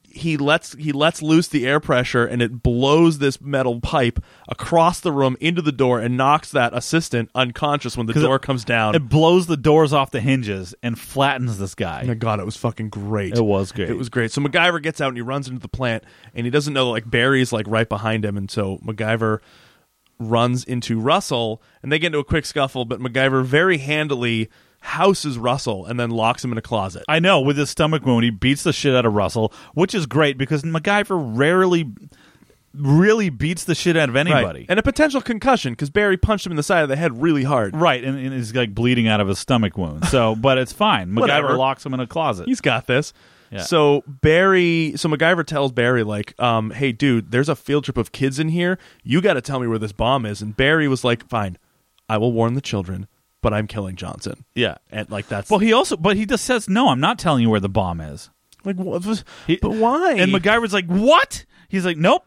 he lets he lets loose the air pressure and it blows this metal pipe across the room into the door and knocks that assistant unconscious when the 'Cause it- door comes down. It blows the doors off the hinges and flattens this guy. Oh My God, it was fucking great. It was great. It was great. So MacGyver gets out and he runs into the plant, and he doesn't know that like Barry's like right behind him, and so MacGyver runs into Russell, and they get into a quick scuffle, but MacGyver very handily houses Russell and then locks him in a closet. I know with his stomach wound, he beats the shit out of Russell, which is great because MacGyver rarely, really beats the shit out of Right. anybody. and a potential concussion because Barry punched him in the side of the head really hard. Right, and, and he's like bleeding out of his stomach wound. So, but it's fine. Whatever. MacGyver locks him in a closet. He's got this. Yeah. So Barry, so MacGyver tells Barry like, um, "Hey, dude, there's a field trip of kids in here. You got to tell me where this bomb is." And Barry was like, "Fine, I will warn the children, but I'm killing Johnson." yeah. And like that's Well, he also, but he just says, "No, I'm not telling you where the bomb is." like, what was- He- but why? And MacGyver's like, "What?" He's like, "Nope."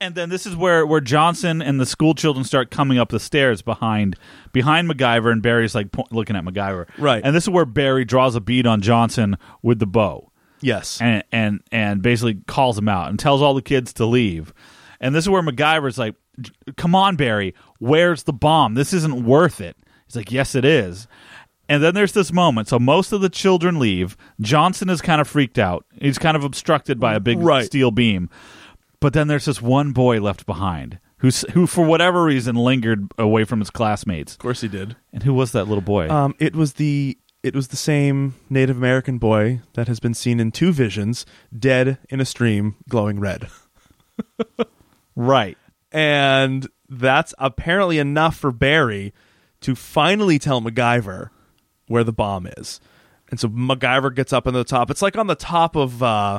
And then this is where where Johnson and the school children start coming up the stairs behind behind MacGyver, and Barry's like po- looking at MacGyver. Right. And this is where Barry draws a bead on Johnson with the bow. yes, and and and basically calls him out and tells all the kids to leave. And this is where MacGyver's like, "J- "Come on, Barry, where's the bomb? This isn't worth it." He's like, "Yes, it is." And then there's this moment. So most of the children leave. Johnson is kind of freaked out. He's kind of obstructed by a big Right. steel beam. But then there's this one boy left behind who s- who for whatever reason lingered away from his classmates. of course he did. And who was that little boy? Um, it was the it was the same Native American boy that has been seen in two visions, dead in a stream, glowing red. right. and that's apparently enough for Barry to finally tell MacGyver where the bomb is. And so MacGyver gets up on the top. It's like on the top of uh,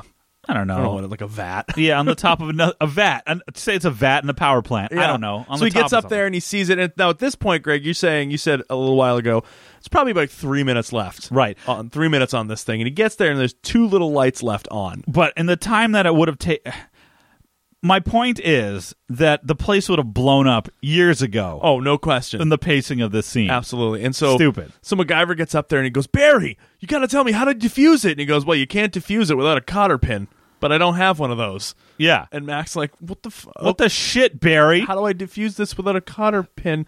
I don't know. I don't know what, like a vat. Yeah, on the top of ano- a vat. An- Say it's a vat in the power plant. I Yeah. don't know. On the so he top gets of up there and he sees it. And now at this point, Greg, you're saying you said a little while ago it's probably about three minutes left. Right. on three minutes on this thing, and he gets there and there's two little lights left on. something. But in the time that it would have taken, my point is that the place would have blown up years ago. Oh, no question. in the pacing of this scene. Absolutely. And so Stupid. So MacGyver gets up there and he goes, Barry, you gotta tell me how to defuse it. And he goes, Well, you can't defuse it without a cotter pin, but I don't have one of those. Yeah. And Mac's like, What the fuck? what the shit, Barry? how do I defuse this without a cotter pin?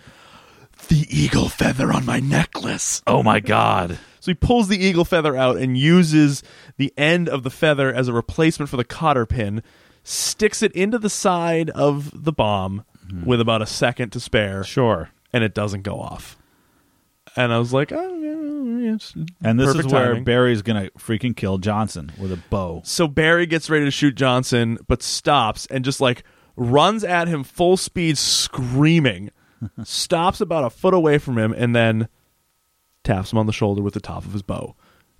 The eagle feather on my necklace. oh my god. So he pulls the eagle feather out and uses the end of the feather as a replacement for the cotter pin, sticks it into the side of the bomb with about a second to spare Mm-hmm. Sure. and it doesn't go off. And I was like, oh, yeah, it's And this perfect is where timing. Barry's gonna freaking kill Johnson with a bow. so Barry gets ready to shoot Johnson, but stops and just like runs at him full speed, screaming. stops about a foot away from him and then taps him on the shoulder with the top of his bow.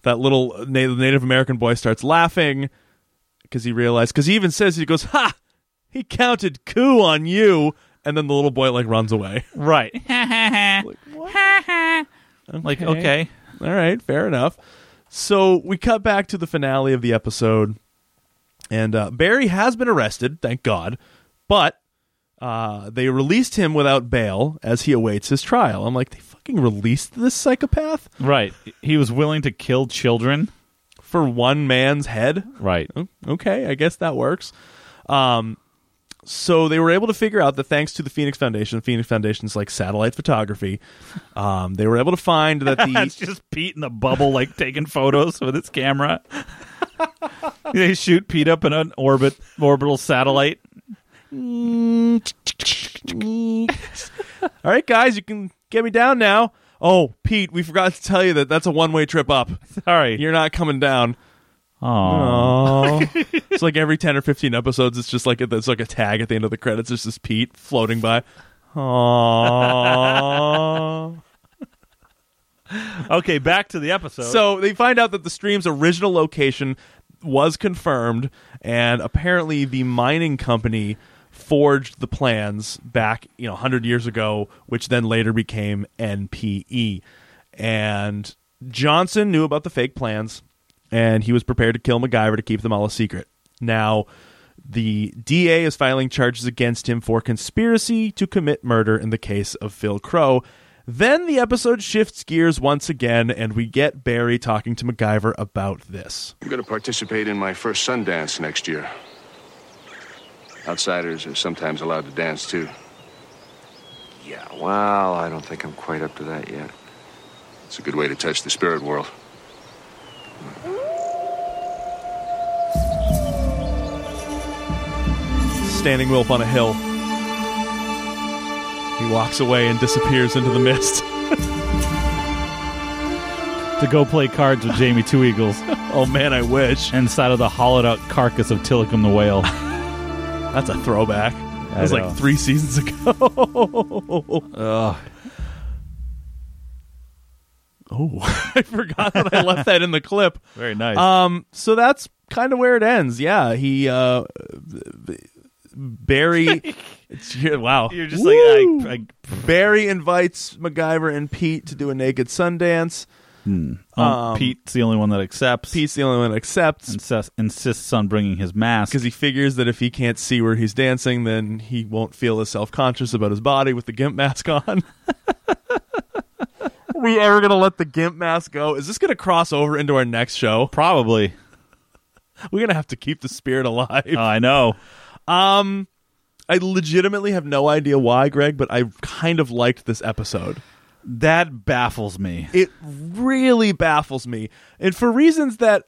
That little Native, Native American boy starts laughing because he realized. Because he even says he goes, "Ha! He counted coup on you." And then the little boy like runs away. Right. like okay. All right, fair enough. So we cut back to the finale of the episode, and uh, Barry has been arrested, thank God, but uh, they released him without bail as he awaits his trial. I'm like, they fucking released this psychopath Right. He was willing to kill children. for one man's head? Right. Oh, okay, I guess that works. Um, so they were able to figure out that thanks to the Phoenix Foundation, the Phoenix Foundation's like satellite photography, um, they were able to find that the That's just Pete in the bubble, like taking photos with his camera. they shoot Pete up in an orbit orbital satellite. All right, guys, you can get me down now. Oh, Pete, we forgot to tell you that that's a one way trip up. Sorry. You're not coming down. Aw. Oh, it's like every ten or fifteen episodes, it's just like it's like a tag at the end of the credits. It's just Pete floating by. Aww. Okay, back to the episode. So they find out that the stream's original location was confirmed, and apparently the mining company forged the plans back, you know, 100 years ago, which then later became NPE. And Johnson knew about the fake plans, and he was prepared to kill MacGyver to keep them all a secret. Now, the DA is filing charges against him for conspiracy to commit murder in the case of Phil Crow. Then the episode shifts gears once again, and we get Barry talking to MacGyver about this. I'm going to participate in my first Sundance next year. Outsiders are sometimes allowed to dance too. Yeah, well, I don't think I'm quite up to that yet. It's a good way to touch the spirit world. Standing Wilf on a hill. He walks away and disappears into the mist. to go play cards with Jamie Two Eagles Oh man, I wish. inside of the hollowed out carcass of Tillicum the whale. That's a throwback. That was know. like three seasons ago. Oh, I forgot that I left that in the clip. Very nice. Um, so that's kind of where it ends. Yeah, he uh, b- b- Barry. it's, yeah, wow, You're just like, I, I, Barry invites MacGyver and Pete to do a naked Sundance. um, Pete's the only one that accepts. Pete's the only one that accepts insists, insists on bringing his mask. because he figures that if he can't see where he's dancing, then he won't feel as self conscious about his body with the gimp mask on. Are we ever gonna let the gimp mask go? Is this gonna cross over into our next show? Probably. We're gonna have to keep the spirit alive. Oh, I know. Uh, I legitimately have no idea why, Greg, but I kind of liked this episode. That baffles me. It really baffles me. And for reasons that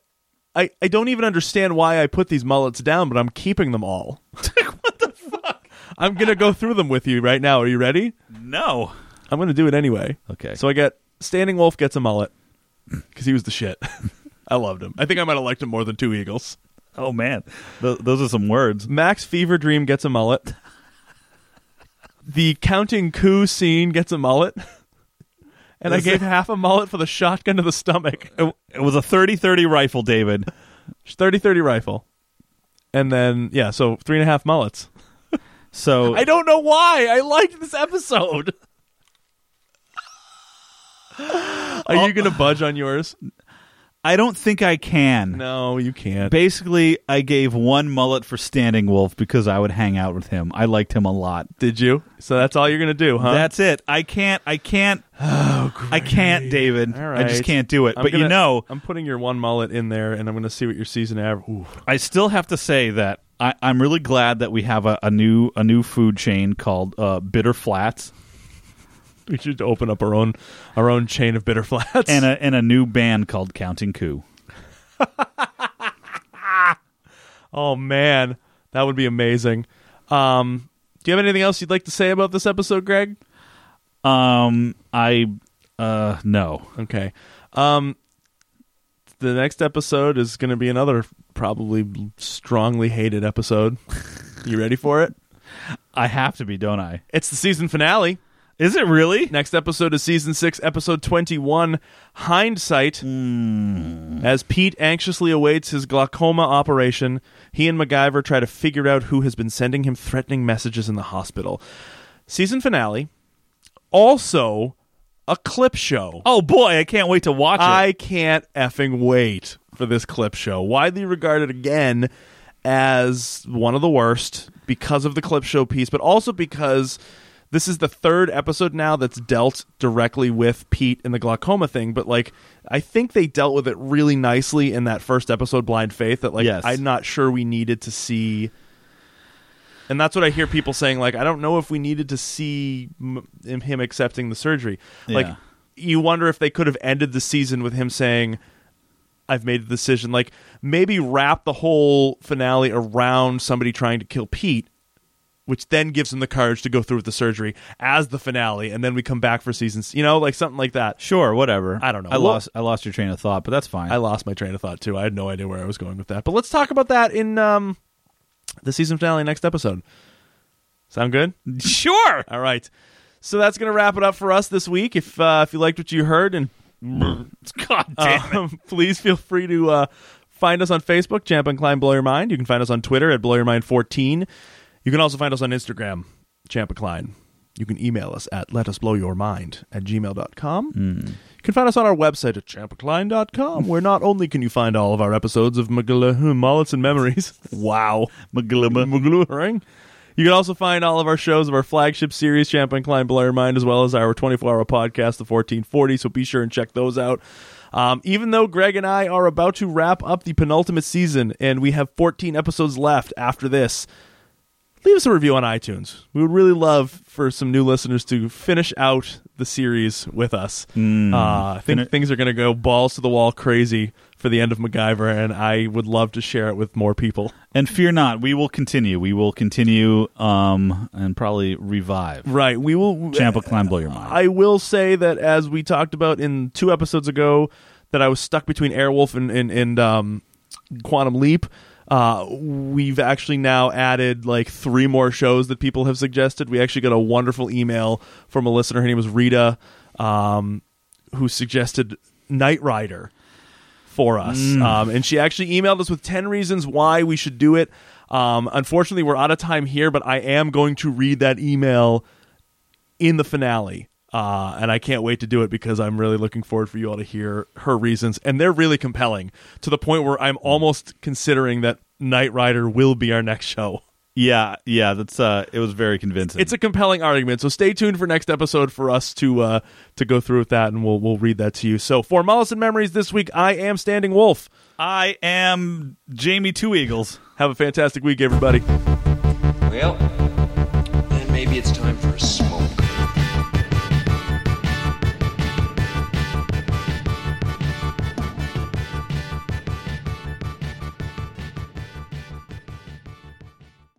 I, I don't even understand why I put these mullets down, but I'm keeping them all. what the fuck? I'm going to go through them with you right now. Are you ready? No. I'm going to do it anyway. Okay. So I got Standing Wolf gets a mullet because he was the shit. I loved him. I think I might have liked him more than Two Eagles. Oh man, Th- those are some words. Max Fever Dream gets a mullet. The counting coup scene gets a mullet. And I Is gave it- half a mullet for the shotgun to the stomach. It, it was a 30-30 rifle, David. 30 30 rifle. And then, yeah, so three and a half mullets. So I don't know why. I liked this episode. Are you going to budge on yours? I don't think I can. No, you can't. Basically, I gave one mullet for Standing Wolf because I would hang out with him. I liked him a lot. Did you? So that's all you're going to do, huh? That's it. I can't. I can't. I can't, David. All I just right. can't do it. I'm but you gonna- know, I'm putting your one mullet in there, and I'm going to see what your season average. I still have to say that I, I'm really glad that we have a, a new a new food chain called uh, Bitter Flats We should open up our own our own chain of bitter flats. and a and a new band called Counting Coup. oh man, that would be amazing. Um, do you have anything else you'd like to say about this episode, Greg? Um, I uh no. Okay. Um, the next episode is going to be another probably strongly hated episode. you ready for it? I have to be, don't I? It's the season finale. Is it really? Next episode is season six, episode 21, Hindsight. As Pete anxiously awaits his glaucoma operation, he and MacGyver try to figure out who has been sending him threatening messages in the hospital. Season finale. Also, a clip show. Oh boy, I can't wait to watch it. I can't effing wait for this clip show. Widely regarded again as one of the worst because of the clip show piece, but also because this is the third episode now that's dealt directly with Pete and the glaucoma thing. But like, I think they dealt with it really nicely in that first episode, Blind Faith. That like, Yes. I'm not sure we needed to see. And that's what I hear people saying. Like, I don't know if we needed to see m- him accepting the surgery. Like, Yeah. you wonder if they could have ended the season with him saying, I've made the decision. Like, maybe wrap the whole finale around somebody trying to kill Pete, which then gives him the courage to go through with the surgery as the finale. And then we come back for seasons, you know, like something like that. sure, whatever. I don't know. I Well- lost I lost your train of thought, but that's fine. I lost my train of thought, too. I had no idea where I was going with that. But let's talk about that in um, the season finale next episode. Sound good? sure. All right. So that's going to wrap it up for us this week. If uh, if you liked what you heard, and God damn. it. um, please feel free to uh, find us on Facebook, Champ and Klein Blow Your Mind. You can find us on Twitter at Blow Your Mind 14. You can also find us on Instagram, Champ and Klein. You can email us at letusblowyourmind at gmail.com. You can find us on our website at champacline.com, where not only can you find all of our episodes of McGullahoo Mullets and Memories, wow, McGullahoo, You can also find all of our shows of our flagship series, Champlain Klein Blow Your Mind, as well as our 24 hour podcast, The 1440. So be sure and check those out. Um, even though Greg and I are about to wrap up the penultimate season and we have 14 episodes left after this, leave us a review on iTunes. We would really love for some new listeners to finish out the series with us. Uh, I think things are going to go balls to the wall crazy for the end of MacGyver, and I would love to share it with more people. And fear not, we will continue. We will continue um, and probably revive. Right. We will. Champa Clan Blow Your Mind. I will say that as we talked about in two episodes ago, that I was stuck between Airwolf and and, and um, Quantum Leap. Uh, we've actually now added like three more shows that people have suggested. We actually got a wonderful email from a listener. Her name was Rita, um, who suggested Knight Rider for us. Um, and she actually emailed us with 10 reasons why we should do it. Um, unfortunately, we're out of time here, but I am going to read that email in the finale. Uh, and I can't wait to do it because I'm really looking forward for you all to hear her reasons. And they're really compelling to the point where I'm almost considering that Knight Rider will be our next show. Yeah, yeah, that's uh it was very convincing. It's a compelling argument. So stay tuned for next episode for us to uh, to go through with that and we'll we'll read that to you. So for Mollison Memories this week, I am Standing Wolf. I am Jamie Two Eagles. Have a fantastic week, everybody. Well, then maybe it's time for a smoke.